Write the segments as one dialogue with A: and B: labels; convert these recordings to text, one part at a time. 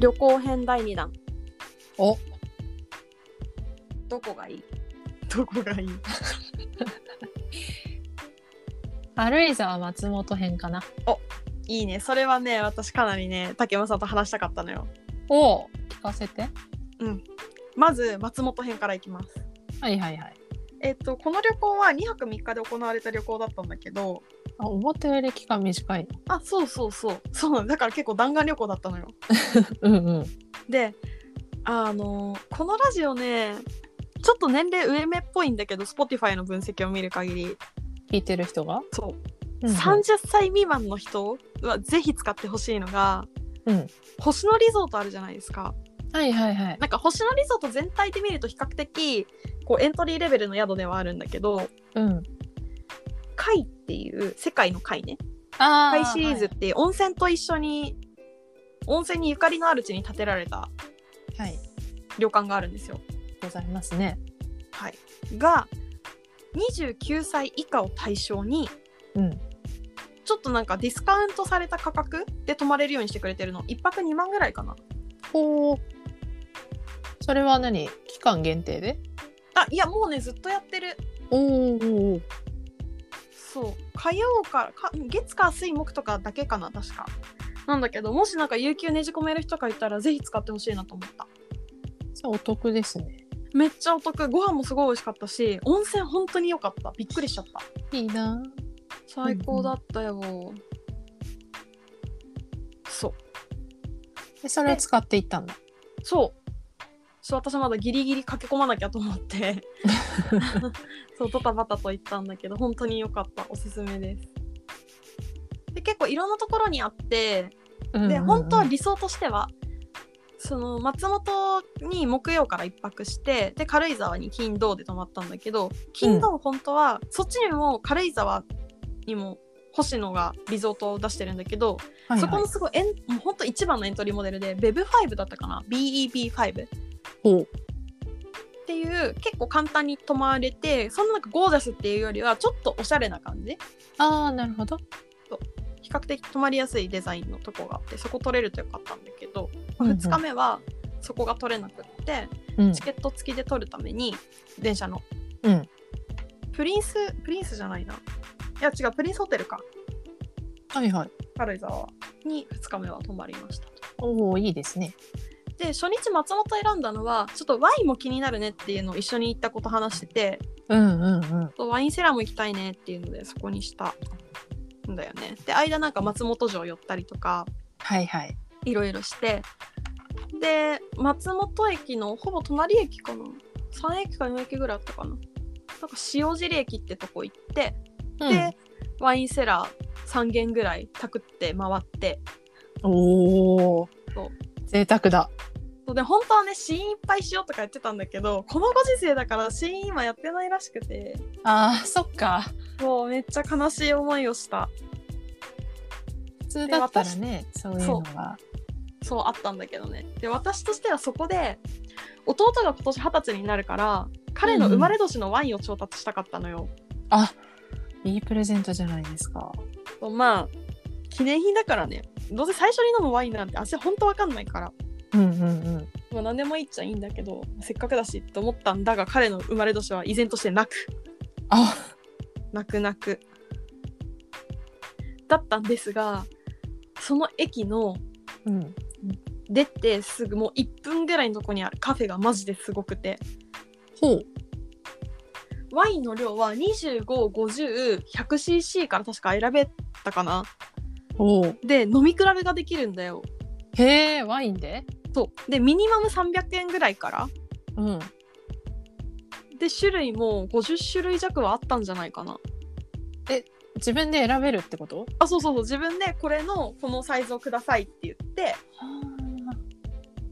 A: 旅行編第2弾
B: お
A: どこがいいどこがいい
B: 軽井沢松本編かない
A: いねそれはね私かなりね竹山さんと話したかったのよ
B: を聞かせて
A: まず松本編からいきます
B: はいはいはい
A: えっとこの旅行は2泊3日で行われた旅行だったんだけど
B: あ思ったより期間短い
A: あそうそうそうそうなのだから結構弾丸旅行だったのよ
B: うんうん
A: であのこのラジオねちょっと年齢上目っぽいんだけど Spotify の分析を見る限り
B: 聞いてる人が、
A: そう
B: うんうん
A: 30歳未満の人はぜひ使ってほしいのが、
B: うん
A: 星野リゾートあるじゃないですか
B: はいはいはい
A: なんか星野リゾート全体で見ると比較的こうエントリーレベルの宿ではあるんだけど
B: うん
A: 貝っていう世界の貝ね
B: あ
A: 貝シリーズって温泉と一緒に温泉にゆかりのある地に建てられた
B: はい、はい
A: 旅館があるんですよ。
B: ございますね
A: はい、が29歳以下を対象に
B: うん
A: ちょっとなんかディスカウントされた価格で泊まれるようにしてくれてるの1泊2万ぐらいかな
B: ほうそれは何期間限定で
A: あいやもうねずっとやってる
B: おーおー
A: そう火曜からか月火水木とかだけかな確かなんだけどもしなんか有給ねじ込める人がいたらぜひ使ってほしいなと思った
B: それお得ですね
A: めっちゃお得ご飯もすごい美味しかったし温泉本当に良かったびっくりしちゃった
B: いいな
A: 最高だったよ、そう
B: でそれを使っていったんだ
A: そうそう私まだギリギリ駆け込まなきゃと思って そうドタバタと行ったんだけど本当に良かったおすすめですで結構いろんなところにあって
B: うんうん
A: で
B: うん
A: 本当は理想としてはその松本に木曜から1泊してで軽井沢に金土で泊まったんだけど金土本当は、そっちにも軽井沢にも星野がリゾートを出してるんだけど、
B: はいはい
A: そこのすごいエンもう本当一番のエントリーモデルで BEB5 だったかな BEB5 っ
B: ほう
A: ていう結構簡単に泊まれてそんななんかゴージャスっていうよりはちょっとおしゃれな感じ
B: ああなるほど
A: 比較的泊まりやすいデザインのとこがあってそこ取れるとよかったんだけど、
B: うんうん
A: 2日目はそこが取れなくって
B: うん
A: チケット付きで取るために電車の
B: うん
A: プリンスプリンスじゃないないや違うプリンスホテルか
B: はいはい
A: 軽井沢に2日目は泊まりました
B: おおいいですね
A: で初日松本選んだのはちょっとワインも気になるねっていうのを一緒に行ったこと話してて
B: うんうんうん
A: ワインセラーも行きたいねっていうのでそこにしたんだよねで間なんか松本城寄ったりとか
B: はいはい
A: いろいろしてで松本駅のほぼ隣駅かな3駅か4駅ぐらいあったかななんか塩尻駅ってとこ行って、でワインセラー3軒ぐらいたくって回って
B: うん、おお
A: そう
B: 贅沢だ
A: そうで本当はね試飲いっぱいしようとか言ってたんだけどこのご時世だから試飲今やってないらしくて
B: あーそっか
A: もうめっちゃ悲しい思いをした
B: 普通だったらねそういうのが
A: そうあったんだけどねで私としてはそこで弟が今年二十歳になるから彼の生まれ年のワインを調達したかったのよ、
B: あいいプレゼントじゃないですか
A: そうまあ記念品だからねどうせ最初に飲むワインなんて足ほんとわかんないから、
B: うんうんうん
A: まあ、何でもいいっちゃいいんだけどせっかくだしと思ったんだが彼の生まれ年は依然としてなく
B: あ
A: なくなくだったんですがその駅の
B: うん
A: 出てすぐもう1分ぐらいのとこにあるカフェがマジですごくて
B: ほう
A: ワインの量は2550100cc から確か選べたかな
B: おう
A: で飲み比べができるんだよ
B: へえワインで
A: そうでミニマム300円ぐらいから
B: うん
A: で種類も50種類弱はあったんじゃないかな
B: 自分で選べるってこと
A: あそうそうそう自分でこれのこのサイズをくださいって言って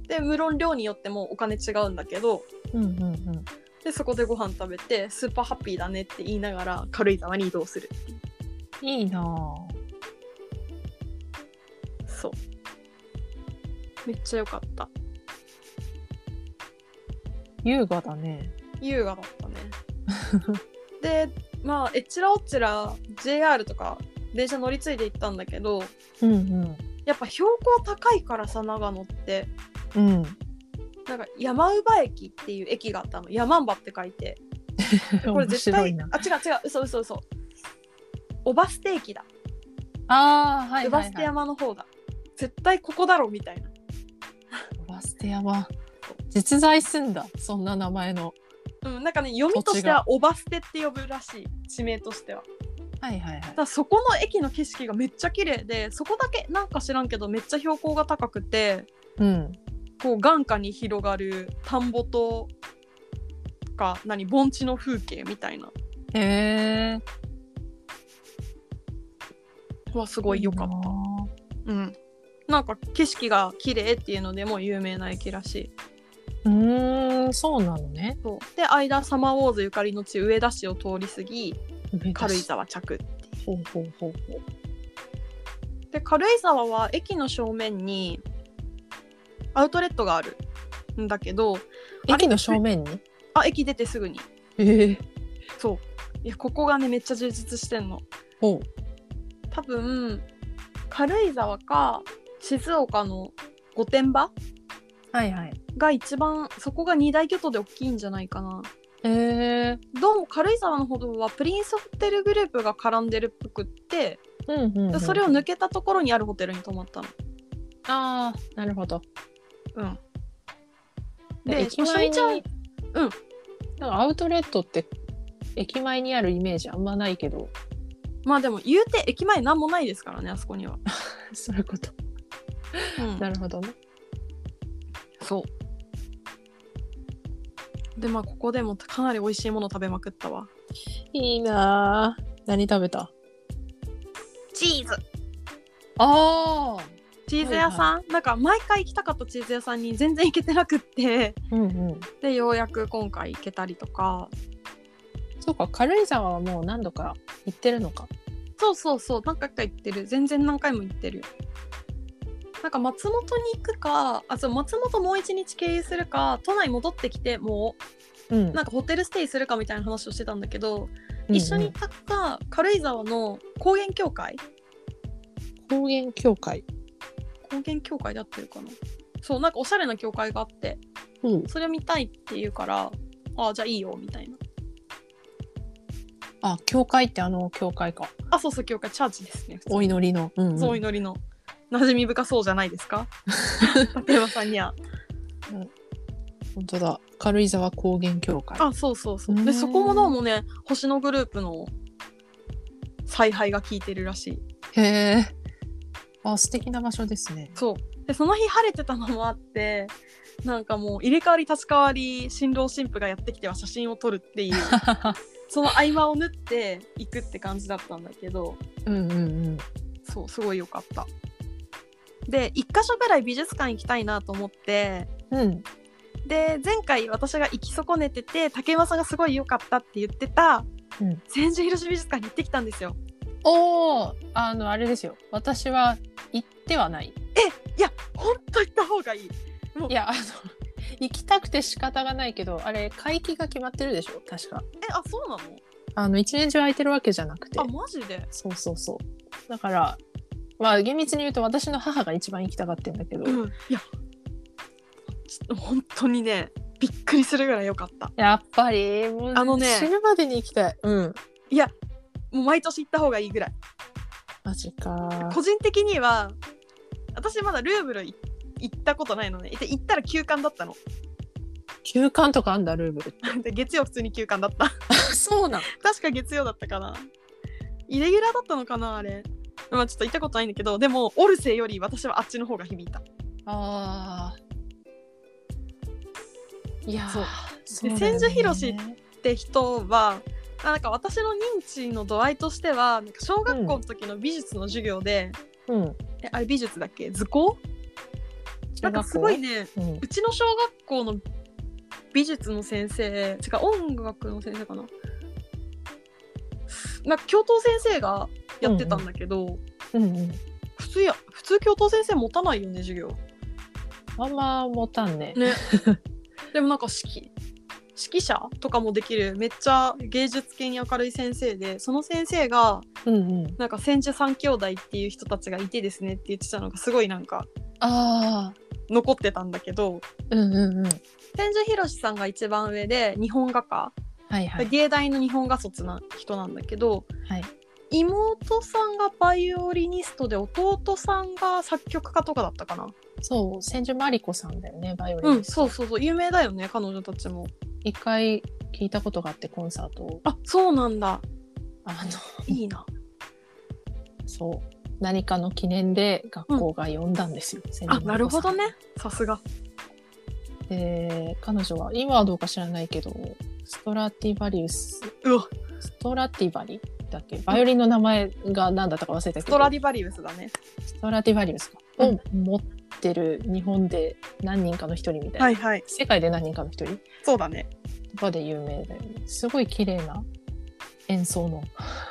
A: で無論量によってもお金違うんだけど
B: うんうんうん
A: でそこでご飯食べてスーパーハッピーだねって言いながら軽井沢に移動する
B: いいなあ
A: そうめっちゃ良かった
B: 優雅だね
A: 優雅だったねでまあえっちらおっちら JR とか電車乗り継いで行ったんだけど
B: うんうん
A: やっぱ標高高いからさ長野って
B: うん。
A: なんか山姥駅っていう駅があったの山姥って書いてこれ
B: 面
A: 絶
B: 白
A: 対
B: いな。
A: あ違う違う嘘嘘嘘おばステーキだ
B: ああ、は
A: う
B: い
A: ば
B: は
A: ス
B: い、
A: テ
B: はい。
A: 山の方だ絶対ここだろみたいな
B: ウバステ山。実在すんだ。そんな名前の。
A: うん、なんかね読みとしては「おばステ」って呼ぶらしい地名としては
B: はいはいはい
A: た。だそこの駅の景色がめっちゃ綺麗でそこだけなんか知らんけどめっちゃ標高が高くて
B: うん。
A: こう眼下に広がる田んぼとか何盆地の風景みたいな
B: へえ。
A: はすごい良かった
B: た。
A: うんなんか景色が綺麗っていうのでも有名な駅らしいう
B: ーん、そうなのね。
A: そうで間サマーウォーズゆかりの地上田市を通り過ぎ軽井
B: い。
A: 沢着
B: ほうほうほうほう。
A: で軽井沢は駅の正面にアウトレットがあるんだけどあれ
B: 駅の正面に。
A: あ駅出てすぐに
B: ええ。
A: そういやここがねめっちゃ充実してんの
B: ほう。
A: 多分軽井沢か静岡の御殿場
B: はいはい。
A: が一番そこが二大巨頭で大きいんじゃないかな
B: ええ。
A: どうも軽井沢の歩道はプリンスホテルグループが絡んでるっぽくって
B: うんうんうん、
A: でそれを抜けたところにあるホテルに泊まったの
B: ああ、なるほど。
A: うん
B: で
A: で
B: 駅前に
A: 初日はうん
B: なんかアウトレットって駅前にあるイメージあんまないけど
A: まあでも言うて駅前なんもないですからねあそこには、
B: そういうこと
A: うん
B: なるほどね
A: そう。でまあここでもかなり美味しいもの食べまくったわ。
B: いいなあ何食べた
A: チーズ
B: ああ
A: チーズ屋さん、なんか毎回行きたかったチーズ屋さんに全然行けてなくって
B: うんうん
A: でようやく今回行けたりとか
B: そうか軽井沢はもう何度か行ってるのか
A: そうそうそう何回か行ってる全然何回も行ってるなんか松本に行くかあそう松本もう一日経由するか都内戻ってきても
B: うん
A: うなんかホテルステイするかみたいな話をしてたんだけど、一緒に行ったか軽井沢の高原協会
B: 高原教会
A: 高原教会で合ってるかなそうなんかおしゃれな教会があって
B: うん
A: それを見たいって言うからあじゃあいいよみたいな
B: あ教会ってあの教会か
A: あそうそう教会チャーチですね
B: お祈りの、うんうん
A: そうお祈りの馴染み深そうじゃないです か立山さんには
B: 本当だ軽井沢高原教会
A: あそうそうそう
B: うー
A: で
B: ん
A: そこもどうもね星野グループの采配が効いてるらしい
B: へえあ素敵な場所ですね
A: そうでその日晴れてたのもあってなんかもう入れ替わり立ち替わり新郎新婦がやってきては写真を撮るっていう その合間を縫っていくって感じだったんだけど
B: うんうんうん
A: そうすごい良かったで1か所ぐらい美術館行きたいなと思って
B: うん
A: で前回私が行き損ねてて竹山さんがすごい良かったって言ってた、
B: うん
A: 千住広島美術館に行ってきたんですよ
B: おおあのあれですよ私は行ってはない
A: いやほんと行った方がいい
B: いやあの 行きたくて仕方がないけどあれ会期が決まってるでしょ確か
A: えあそうなの
B: あの一年中空いてるわけじゃなくて
A: あマジで
B: そうそうそうだからまあ厳密に言うと私の母が一番行きたがってんだけど、
A: うんいやちょ本当にねびっくりするぐらい良かった
B: やっぱりもう
A: あのね
B: 死ぬまでに行きたいうん
A: いやもう毎年行った方がいいぐらい
B: マジか
A: 個人的には私まだルーブル行ったことないのねで行ったら休館だったの
B: 休館とかあんだルーブル
A: で月曜普通に休館だった
B: そうなん
A: 確か月曜だったかなイレギュラーだったのかなあれまあちょっと行ったことないんだけどでもオルセーより私はあっちの方が響いた
B: あーいやー
A: そう
B: そう
A: で
B: だよね
A: 千住博士って人はあなんか私の認知の度合いとしてはなんか小学校の時の美術の授業で、
B: うん
A: えあれ美術だっけ図工なんかすごいね
B: うん
A: うちの小学校の美術の先生違う音楽の先生かななんか教頭先生がやってたんだけど、
B: うんうん
A: 普通や普通教頭先生持たないよね授業
B: あんま持たんね。
A: ねでもなんか式指揮者とかもできるめっちゃ芸術系に明るい先生でその先生が
B: うんうん。
A: なんか千住三兄弟っていう人たちがいてですねって言ってたのがすごいなんか
B: ああ。
A: 残ってたんだけど
B: うんうんうん。
A: 千住博さんが一番上で日本画家、
B: はいはい。
A: 芸大の日本画卒な人なんだけど
B: はい。
A: 妹さんがバイオリニストで弟さんが作曲家とかだったかな
B: そう、千住真理子さんだよね、バイオリ
A: う
B: ン。
A: んそうそうそう有名だよね彼女たちも
B: 一回聞いたことがあって、コンサートを。
A: あそうなんだ
B: あ
A: いいな
B: の、そう。何かの記念で学校が呼んだんですよ。千住
A: あ
B: 真
A: な
B: 理
A: る
B: 子さ
A: ほ
B: ん
A: どね。さすが
B: で、彼女は、今はどうか知らないけど、ストラティバリウス、
A: うわ
B: ストラティバリだっけバイオリンの名前が何だったか忘れたけど、
A: ストラディバリウスだね
B: ストラティバリウスか、
A: うん
B: を持ってる日本で何人かの一人みたいな、
A: はいはい
B: 世界で何人かの一人
A: そうだね
B: とかで有名だよねすごい綺麗な演奏の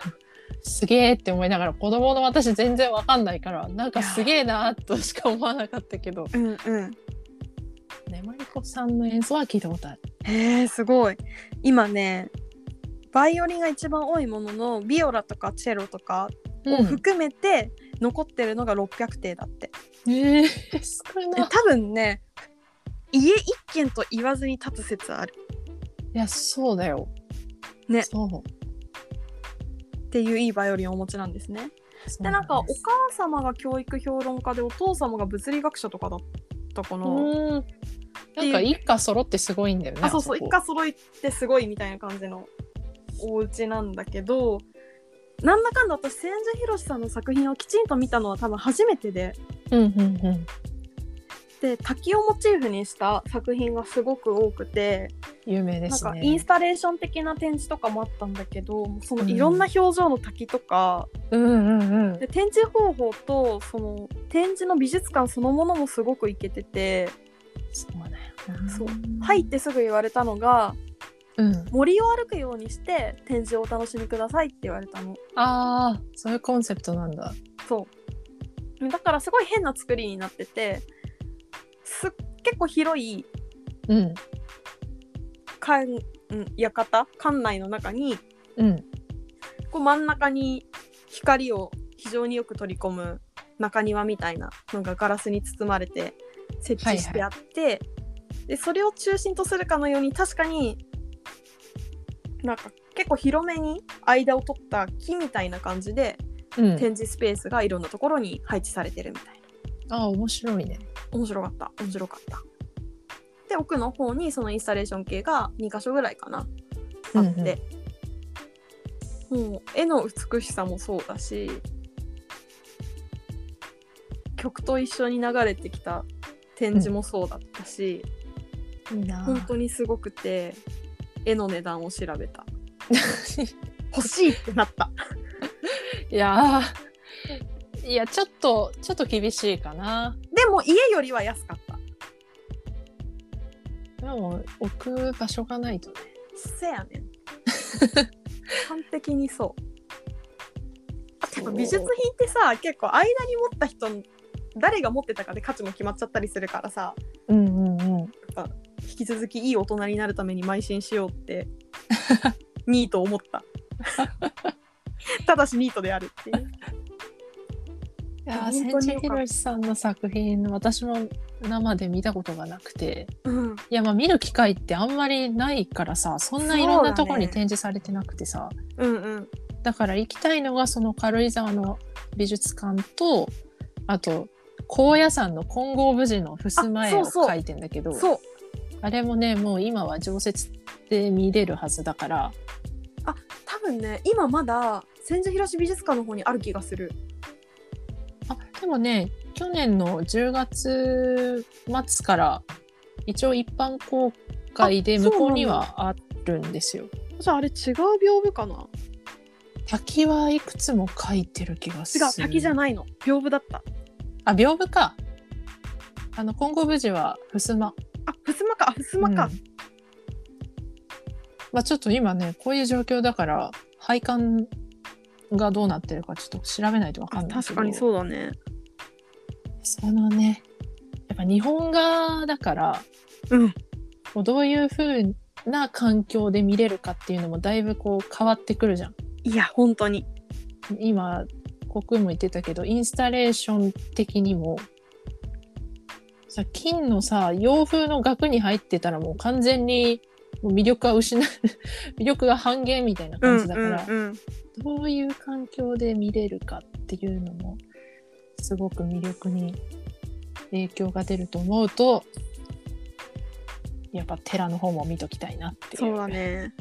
B: すげえって思いながら子供の私全然わかんないからなんかすげえなーとしか思わなかったけど
A: うんうん
B: ねまりこさんの演奏は聞いたことある
A: へえすごい今ねバイオリンが一番多いもののビオラとかチェロとかを 含めて残ってるのが600点だって、
B: えー、少
A: で
B: な
A: 多分ね家一軒と言わずに立つ説ある
B: いやそうだよ
A: ね
B: そう
A: っていういいバイオリンをお持ちなんですね。
B: そう
A: でなんかお
B: です
A: 母様が教育評論家でお父様が物理学者とかだったかな。
B: うんなんか一家揃ってすごいんだよね
A: あそうそう
B: こ
A: 一家揃いってすごいみたいな感じのお家なんだけどなんだかんだ私千住博さんの作品をきちんと見たのは多分初めてで
B: うんうんうん
A: で滝をモチーフにした作品がすごく多くて、
B: 有名で
A: なん
B: す
A: か
B: ね
A: インスタレーション的な展示とかもあったんだけどそのいろんな表情の滝とか、
B: うんうんうん
A: で展示方法とその展示の美術館そのものもすごくいけてて
B: そうだよな
A: そう入ってすぐ言われたのが
B: うん
A: 森を歩くようにして展示をお楽しみくださいって言われたの
B: ああそういうコンセプトなんだ
A: そうだからすごい変な作りになっててす結構広い
B: うん
A: 館うん館館内の中に
B: うん
A: こう真ん中に光を非常によく取り込む中庭みたいなのがガラスに包まれて設置してあって、でそれを中心とするかのように確かになんか結構広めに間を取った木みたいな感じで
B: うん
A: 展示スペースがいろんなところに配置されてるみたいな
B: ああ面白いね
A: 面白かった面白かったで奥の方にそのインスタレーション系が2か所ぐらいかなあって、もう絵の美しさもそうだし曲と一緒に流れてきた展示もそうだったし、
B: いいな
A: 本当にすごくて絵の値段を調べた欲しいってなった
B: いやーいやちょっとちょっと厳しいかな
A: でも家よりは安かった
B: でも置く場所がないとね
A: せや ねん完璧にそうあとやっぱ美術品ってさ結構間に持った人誰が持ってたかで価値も決まっちゃったりするからさ
B: うんうんうん
A: 引き続きいい大人になるために邁進しようって ニート思ったただしニートであるっていう
B: いやー
A: 本
B: 千
A: 当に
B: 住
A: よかった
B: 博さんの作品私も生で見たことがなくて
A: うん
B: いやまあ見る機会ってあんまりないからさそんないろんなところに展示されてなくてさ
A: うんうん
B: だから行きたいのがその軽井沢の美術館とあと高野山の金剛無寺の襖絵を
A: あそうそう
B: 描いてんだけどあ
A: そう
B: れもねもう今は常設で見れるはずだから
A: 多分ね今まだ千住広美術館の方にある気がする
B: あでもね去年の10月末から一応一般公開で
A: あそう
B: 向
A: なの
B: こうにはあるんですよ。
A: じゃああれ違う屏風かな
B: 滝はいくつも描いてる気がす
A: 違
B: る。
A: う滝じゃないの屏風だった
B: あ屏風か。あの金剛無寺は襖
A: あ襖かあ襖か、
B: うんまあ、ちょっと今ねこういう状況だから配管がどうなってるかちょっと調べないとわか
A: あ
B: んないけど
A: 確かにそうだね
B: そのねやっぱ日本画だから
A: うん
B: もうどういう風な環境で見れるかっていうのもだいぶこう変わってくるじゃん。
A: いや本当に
B: 今国も言ってたけどインスタレーション的にもさ金のさ洋風の額に入ってたらもう完全にもう魅力は失う 魅力が半減みたいな感じだから、
A: うんうんうん
B: どういう環境で見れるかっていうのもすごく魅力に影響が出ると思うとやっぱ寺の方も見ときたいなっていう。
A: そうだね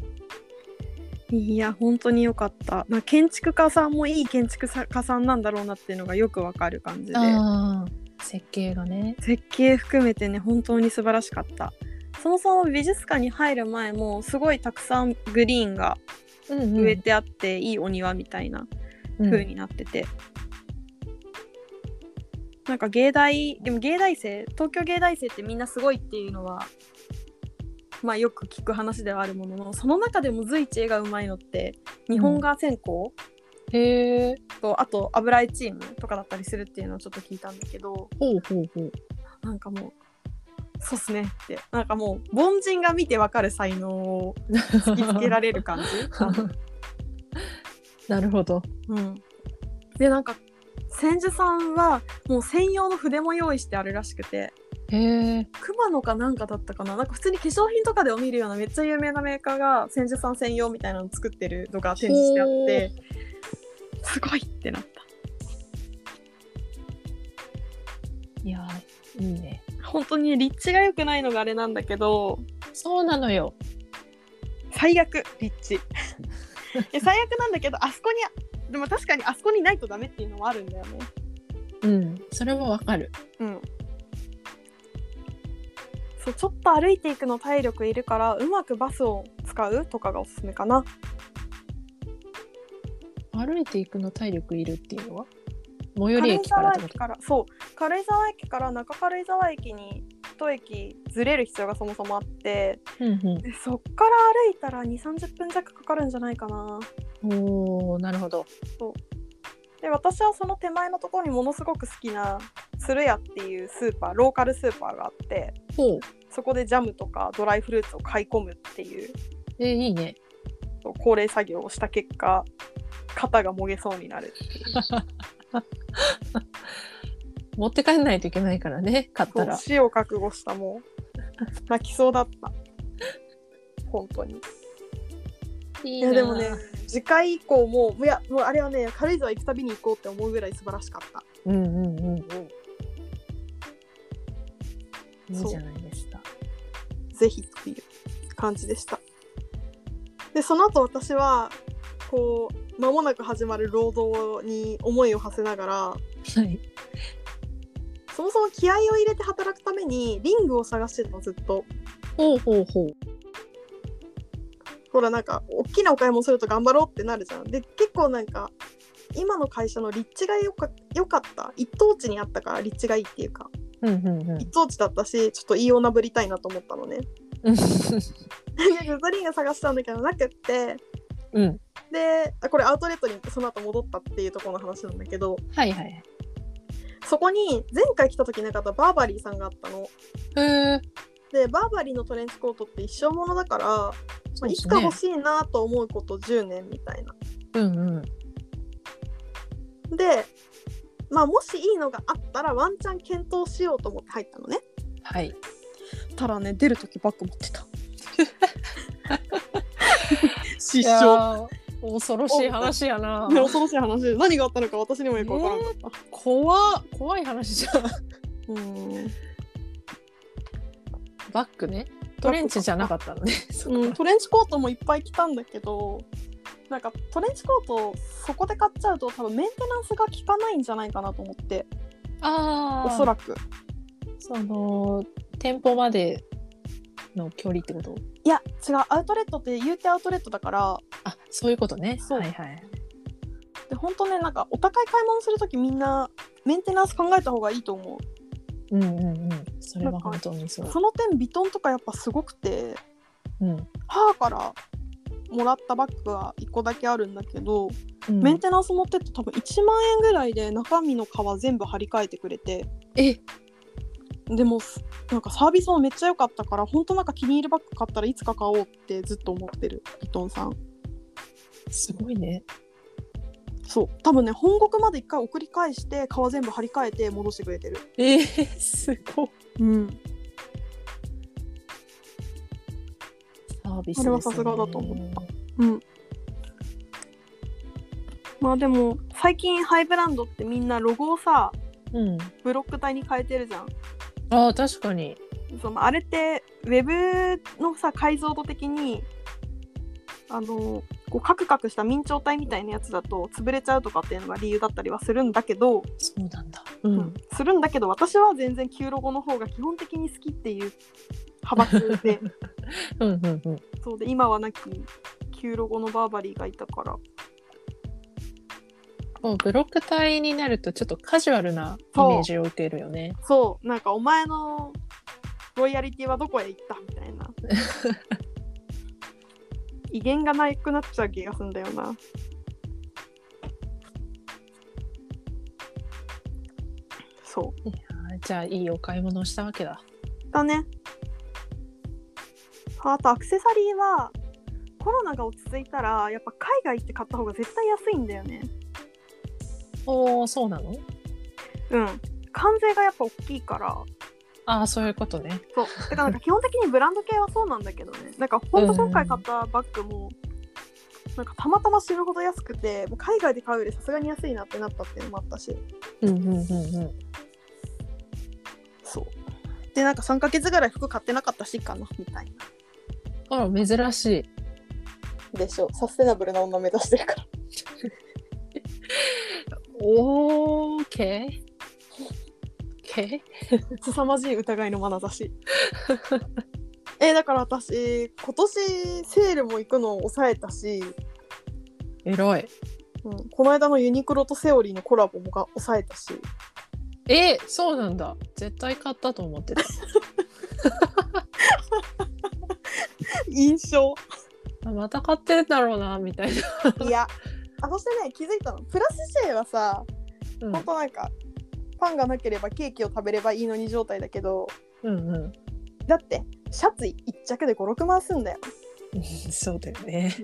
A: いや本当に良かった、まあ、建築家さんもいい建築家さんなんだろうなっていうのがよくわかる感じで
B: あー設計がね。
A: 設計含めてね本当に素晴らしかったそもそも美術館に入る前もすごいたくさんグリーンが
B: うん
A: 植えてあって、いいお庭みたいな
B: うん
A: 風になってて、なんか芸大でも芸大生東京芸大生ってみんなすごいっていうのはまあよく聞く話ではあるもののその中でも随一絵がうまいのって日本画専攻
B: へえ。
A: と、あと油絵チームとかだったりするっていうのをちょっと聞いたんだけど
B: ほうほうほう。
A: なんかもう。そうっすねってなんかもう凡人が見てわかる才能を突きつけられる感じあの
B: なるほど。
A: うん、でなんか千住さんはもう専用の筆も用意してあるらしくて
B: へえ。
A: 熊野かなんかだったかななんか普通に化粧品とかでも見るようなめっちゃ有名なメーカーが千住さん専用みたいなの作ってるのが展示してあってすごいってなっ
B: いやーいいね。
A: た本当に立地が良くないのがあれなんだけど
B: そうなのよ。
A: 最悪立地いや最悪なんだけどあそこにでも確かにあそこにないとダメっていうのもあるんだよね
B: うん。それもわかる。
A: うん、そうちょっと歩いていくの体力いるからうまくバスを使うとかがおすすめかな
B: 歩いていくの体力いるっていうのは最寄り
A: 軽井
B: 駅から
A: 沢
B: ってこ
A: 駅
B: と
A: からそう軽井沢駅から中軽井沢駅に一駅ずれる必要がそもそもあって
B: うん
A: でそっから歩いたら2 3 0分弱かかるんじゃないかな
B: うん。おーなるほど。
A: で私はその手前のところにものすごく好きな鶴屋っていうスーパーローカルスーパーがあって
B: ほう。
A: そこでジャムとかドライフルーツを買い込むっていう
B: えーいいね。
A: 高齢作業をした結果肩がもげそうになるっていう
B: 持って帰んないといけないからね。買ったら。
A: 死を覚悟したもう泣きそうだった本当に
B: い
A: い
B: い
A: や
B: な
A: でもね。次回以降もういやもうあれはね軽井沢行くたびに行こうって思うぐらい素晴らしかった
B: うんうんうんうん。いいじゃないですか。
A: ぜひっていう感じでしたでその後私はこう間もなく始まる労働に思いを馳せながら
B: はい。
A: そもそも気合を入れて働くためにリングを探してたのずっと
B: ほうほうほう。
A: ほらなんか大きなお買い物すると頑張ろうってなるじゃんで結構なんか今の会社の立地がよか良かった一等地にあったから立地がいいっていうか
B: うんうんうん
A: 一等地だったしちょっといい女ぶりたいなと思ったのね
B: うん。
A: でグザリンが探したんだけどなくって
B: うん。
A: であこれアウトレットにその後戻ったっていうところの話なんだけど
B: はいはい。
A: そこに前回来た時なかったバーバリーさんがあったの
B: へえ。
A: でバーバリーのトレンチコートって一生ものだから、ま
B: そ
A: あ
B: うで
A: いつ
B: す
A: か
B: ね
A: 欲。しいなと思うこと10年みたいな
B: うんうん。
A: で、まあ、もしいいのがあったらワンチャン検討しようと思って入ったのね
B: はい。
A: たらね出る時バッグ持って た
B: い
A: 失
B: や
A: 笑
B: ー恐ろしい話やな。
A: ね恐ろしい話で何があったのか私にもよくわからなかった、
B: 怖っ怖い話じゃん。
A: うん
B: バッグね。トレンチじゃなかったのね。そこ
A: うん、トレンチコートもいっぱい着たんだけどなんかトレンチコートをそこで買っちゃうと多分メンテナンスが効かないんじゃないかなと思って
B: あ
A: お
B: あ。
A: そらく
B: その店舗までの距離ってこと
A: いや違うアウトレットって言うてアウトレットだから
B: あそういうことね。
A: そう
B: はいはい。
A: で本当ねなんかお高い買い物する時みんなメンテナンス考えた方がいいと思う
B: うんうんうん。それは本当にそう。
A: その点ビトンとかやっぱすごくて
B: うん
A: 母からもらったバッグは1個だけあるんだけど、
B: うん
A: メンテナンス持ってって多分1万円ぐらいで中身の皮全部張り替えてくれて
B: え
A: でもすなんかサービスもめっちゃ良かったから本当なんか気に入るバッグ買ったらいつか買おうってずっと思ってる伊藤さん
B: すごいね。
A: そう多分ね本国まで一回送り返して革全部張り替えて戻してくれてる
B: えー、すごい。
A: うん
B: サービス、
A: これはさすがだと思っ。うんまあでも最近ハイブランドってみんなロゴをさ
B: うん。
A: ブロック体に変えてるじゃん
B: ああ、確かに。
A: そのあれってウェブのさ解像度的にあのこうカクカクした明朝体みたいなやつだと潰れちゃうとかっていうのが理由だったりはするんだけど、
B: そうなんだ。うん。
A: するんだけど私は全然旧ロゴの方が基本的に好きっていう派閥 で
B: うんうんうん。
A: そうで今はなき旧ロゴのバーバリーがいたから
B: もうブロック体になるとちょっとカジュアルなイメージを受けるよね。
A: そうなんかお前のロイヤリティはどこへ行ったみたいな威厳がなくなっちゃう気がするんだよなそう
B: あーじゃあいいお買い物をしたわけだ。
A: だねあとアクセサリーはコロナが落ち着いたらやっぱ海外行って買った方が絶対安いんだよね
B: おお、そうなの
A: うん関税がやっぱ大きいから
B: ああ、そういうことね。
A: そうだからなんか基本的にブランド系はそうなんだけどねなんかほんと今回買ったバッグも、なんかたまたま死ぬほど安くてもう海外で買うよりさすがに安いなってなったっていうのもあったし
B: うんうんうんうん。
A: そうでなんか3ヶ月ぐらい服買ってなかったしいいかなみたいな
B: あら、珍しい。
A: でしょサステナブルな女目指してるから
B: おー、ケー。ケ
A: 凄まじい疑いの眼差し えだから私今年セールも行くのを抑えたし、
B: ー。偉い。
A: うん、この間のユニクロとセオリーのコラボもが抑えたし
B: えー、そうなんだ。絶対買ったと思ってた。
A: 印象
B: あまた買ってるだろうな、みたいな。
A: いやあそしてね気づいたのプラスシェはさ、
B: う
A: ほんとなんかパンがなければケーキを食べればいいのに状態だけど
B: ん、うん、うん。
A: だってシャツ1着で56万すんだよ
B: そうだよね。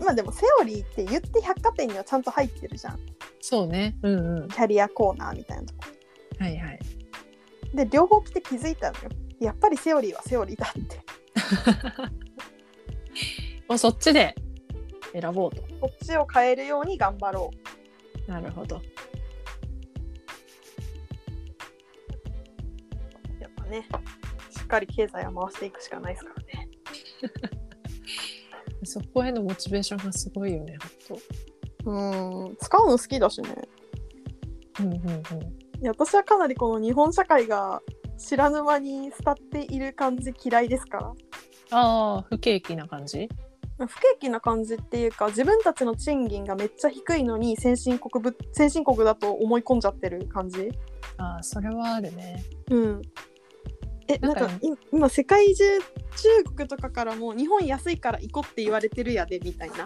A: まあでもセオリーって言って百貨店にはちゃんと入ってるじゃん
B: そうね。うんうん。
A: キャリアコーナーみたいなとこ
B: はいはい。
A: で両方着て気づいたのよやっぱりセオリーはセオリーだって
B: もうそっちで選ぼうと。
A: こっちを変えるように頑張ろう
B: なるほど。
A: やっぱねしっかり経済は回していくしかないですからね
B: そこへのモチベーションがすごいよね、ほん
A: うん使うの好きだしね
B: と。うんうんうん。
A: いや私はかなりこの日本社会が知らぬ間に慕っている感じ嫌いですか
B: ああ、不景気な感じ
A: ら不景気な感じっていうか自分たちの賃金がめっちゃ低いのに先進国ぶ先進国だと思い込んじゃってる感じ
B: ああ、それはあるね。
A: うんえな
B: な
A: んん
B: か
A: かい今世界中中国とかからも日本安いから行こうって言われてるやでみたいな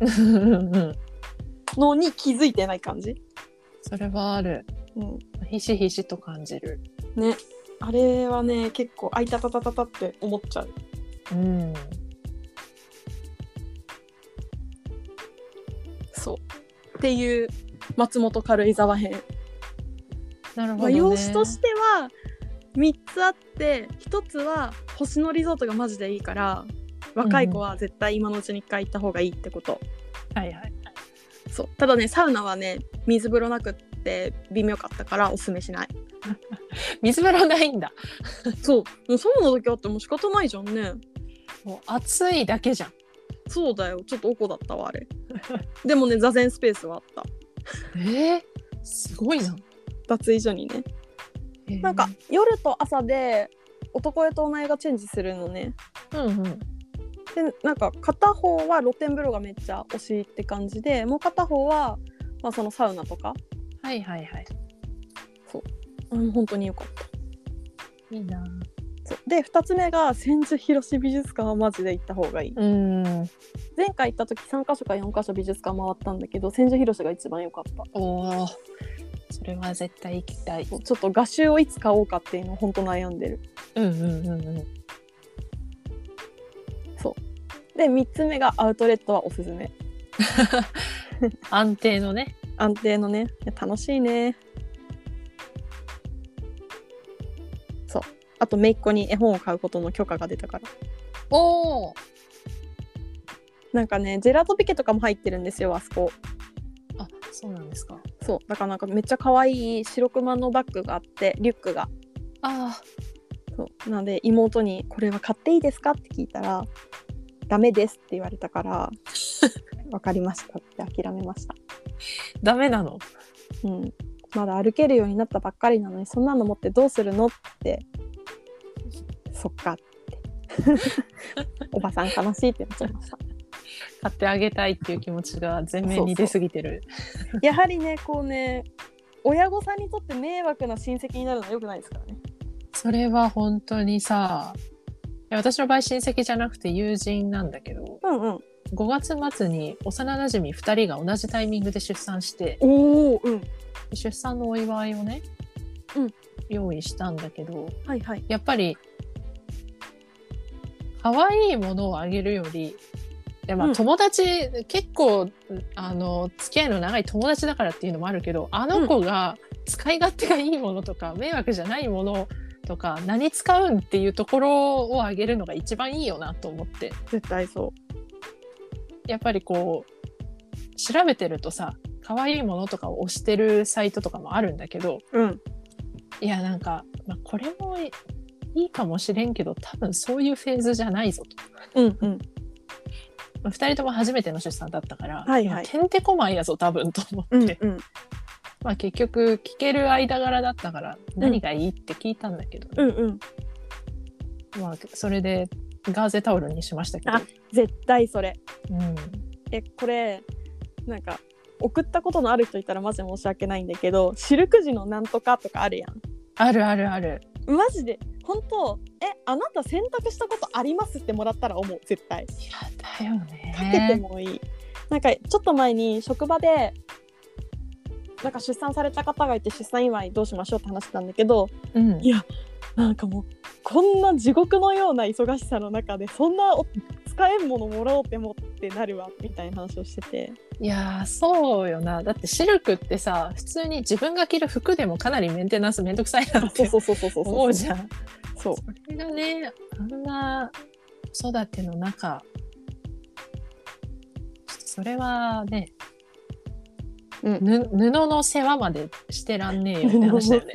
B: うんうんうん。
A: のに気づいてない感じ
B: それはある。
A: うん
B: ひしひしと感じる。
A: ねあれはね結構あいたたたたたって思っちゃう
B: うん。
A: そうっていう松本軽井沢編
B: なるほど、
A: まあ、
B: ね。
A: 様子としては3つあって1つは星野リゾートがマジでいいから若い子は絶対今のうちに1回行った方がいいってこと、
B: はいはい。
A: そうただねサウナはね水風呂なくって微妙かったからおすすめしない
B: 水風呂ないんだ。
A: そうもうサウナだけあっても仕方ないじゃんね
B: もう暑いだけじゃん。
A: そうだよちょっとおこだったわあれでもね座禅スペースはあった
B: えー、すごいな。
A: 脱衣所にねなんか夜と朝で男湯と女湯がチェンジするのね
B: えー、うんうん。
A: でなんか片方は露天風呂がめっちゃ推しって感じでもう片方は、まあ、そのサウナとか
B: はいはいはい。
A: うん本当によかった
B: いいな。
A: そうで2つ目が千住広志美術館はマジで行った方がいい
B: うん。
A: 前回行った時3か所か4か所美術館回ったんだけど千住広志が一番良かった
B: おお。そそれは絶対行きたい。
A: そうちょっと画集をいつ買おうかって今本当悩んでる
B: うんうんうんうん。
A: で3つ目がアウトレットはおすすめ
B: 安定のね。
A: 安定のねいや楽しいねそうあとめいっ子に絵本を買うことの許可が出たから
B: おお。
A: なんかねジェラートピケとかも入ってるんですよあそこ
B: あ、そうなんですか。
A: そうだからなんかめっちゃ可愛い白熊のバッグがあってリュックが
B: あ
A: そうなので妹に「これは買っていいですか?」って聞いたら「ダメです」って言われたから「わかりました」って諦めました
B: あ、ダメなの。
A: うんまだ歩けるようになったばっかりなのにそんなの持ってどうするのってそっかっておばさん悲しいってなっちゃいました
B: 買ってあげたいっていう気持ちが前面に出過ぎてる。
A: やはりねこうね親御さんにとって迷惑な親戚になるのはよくないですからね
B: それは本当にさ。いや私の場合親戚じゃなくて友人なんだけど
A: うんうん
B: 5月末に幼なじみ2人が同じタイミングで出産して
A: おおうん
B: 出産のお祝いをね、
A: うん
B: 用意したんだけど
A: はいはい
B: やっぱり可愛いものをあげるよりで、ま
A: う
B: あ、
A: ん
B: 友達、結構あの付き合いの長い友達だからっていうのもあるけどあの子が使い勝手がいいものとか、迷惑じゃないものとか何使うんっていうところをあげるのが一番いいよなと思って
A: 絶対そ
B: やっぱりこう調べてるとさ可愛いものとかを押してるサイトとかもあるんだけど、
A: ううん
B: いやなんか、まあ、これもいいかもしれんけど多分そういうフェーズじゃないぞと、
A: うんうん
B: まあ、2人とも初めての出産だったから、
A: はいはい
B: やてんてこまいやぞ多分と思って、
A: うんうん
B: まあ、結局聞ける間柄だったから何がいいって聞いたんだけど、
A: うんうん
B: まあ、それでガーゼタオルにしましたけど
A: あ、絶対それ
B: うん、
A: えこれなんか送ったことのある人いたらマジ申し訳ないんだけどシルク時のなんとかとかあるやん
B: あるあるある
A: マジで本当えあなた選択したことありますってもらったら思う絶対
B: いやだよね
A: かけてもいい、なんかちょっと前に職場でなんか出産された方がいて出産祝いどうしましょうって話してたんだけど
B: うん
A: いやなんかもうこんな地獄のような忙しさの中でそんなお使えんものもらおうってもってなるわみたいな話をしてて
B: いやーそうよなだってシルクってさ普通に自分が着る服でもかなりメンテナンスめんどくさいなっ て
A: そうそうそうそうそう
B: 思うじゃん
A: そう
B: それがねあんな子育ての中ちょっとそれはね、
A: うん
B: ぬ布の世話までしてらんねえよって話だよね。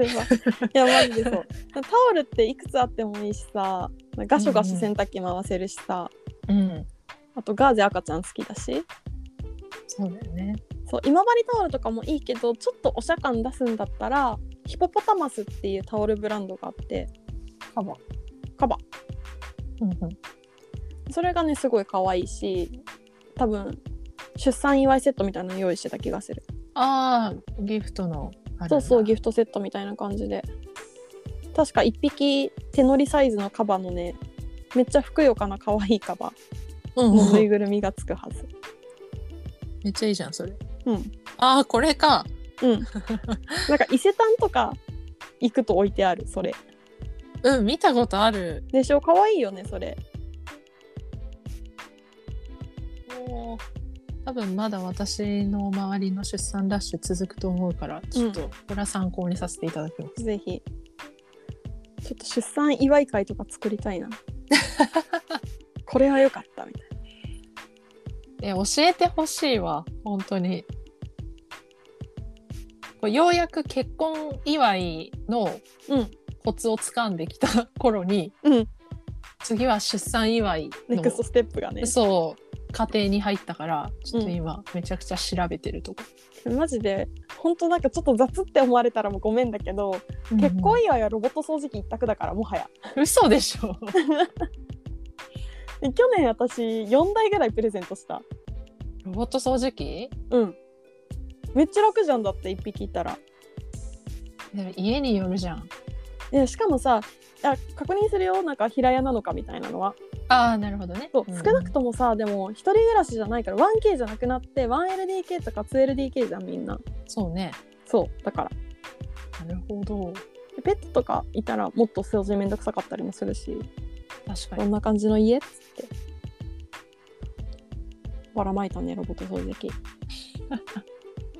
A: いやマジでそうタオルっていくつあってもいいしさガショガシ洗濯機回せるしさ、
B: うん、
A: あとガーゼ赤ちゃん好きだし
B: そうだよね。
A: そう今治タオルとかもいいけどちょっとおしゃ感出すんだったらヒポポタマスっていうタオルブランドがあって
B: カバ。
A: カバ
B: うんうん、
A: それがねすごい可愛いし多分出産祝いセットみたいなの用意してた気がする
B: ああギフトのあれ
A: そうそうギ
B: フ
A: フトセットみたいな感じで確か1匹手乗りサイズのカバのねめっちゃふくよかな可愛いカバ
B: ト、うん
A: の
B: う
A: ぬい
B: ん、
A: ぐるみがつく はず
B: めっちゃいいじゃんそれ。
A: うん
B: ああこれか。
A: うん、なんか伊勢丹とか行くと置いてあるそれ
B: うん見たことある。
A: でしょ可愛いよねそれ
B: もう多分まだ私の周りの出産ラッシュ続くと思うからちょっとこれは参考にさせていただきます。
A: ぜひちょっと出産祝い会とか作りた いなこれは良かったみたい
B: え教えてほしいわ本当にこうようやく結婚祝いの
A: うん
B: コツをつかんできた頃に、
A: うん
B: 次は出産祝い
A: なネクスト
B: の
A: ステップがね
B: そう家庭に入ったからちょっと今めちゃくちゃ調べてるとこ、
A: マジで本当なんかちょっと雑って思われたらもうごめんだけど、結婚祝いはロボット掃除機一択だからもはや
B: うん嘘でしょ
A: で去年私4台ぐらいプレゼントした
B: ロボット掃除機
A: うんめっちゃ楽じゃんだって1匹いたら
B: でも家によるじゃん
A: でしかもさあ確認するよなんか平屋なのかみたいなのは
B: ああなるほどね
A: そう少なくともさ、でも一人暮らしじゃないから 1K じゃなくなって 1LDK とか 2LDK じゃんみんな
B: そうね
A: そうだから
B: なるほど。
A: ペットとかいたらもっと掃除めんどくさかったりもするし
B: 確か
A: ど
B: に。
A: んな感じの家っつってばらまいたねロボット掃除 機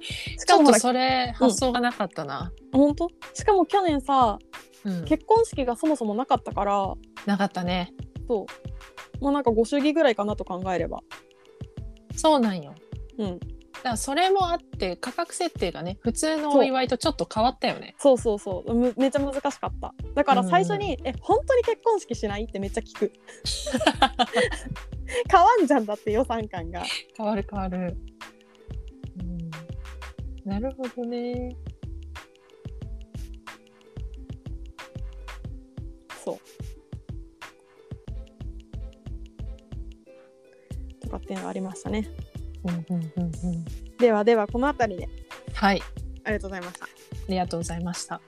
A: し
B: ち
A: か
B: ょ
A: もほ
B: っと
A: ら
B: それ発想がなかったな。
A: 本当しかも去年さ
B: うん
A: 結婚式がそもそもなかったから
B: なかったね。
A: そうもうなんかご祝儀ぐらいかなと考えれば
B: そうなんよ。
A: うん
B: だからそれもあって価格設定がね普通のお祝いとちょっと変わったよね。
A: そうそうそうむめっちゃ難しかっただから最初に「え本当に結婚式しない?」ってめっちゃ聞く 変わんじゃんだって予算感が
B: 変わる変わる。うん、なるほどね。
A: そうとかっていうのがありましたね
B: うんうんうんうん、
A: ではではこの辺りで
B: はい
A: ありがとうございました
B: ありがとうございました。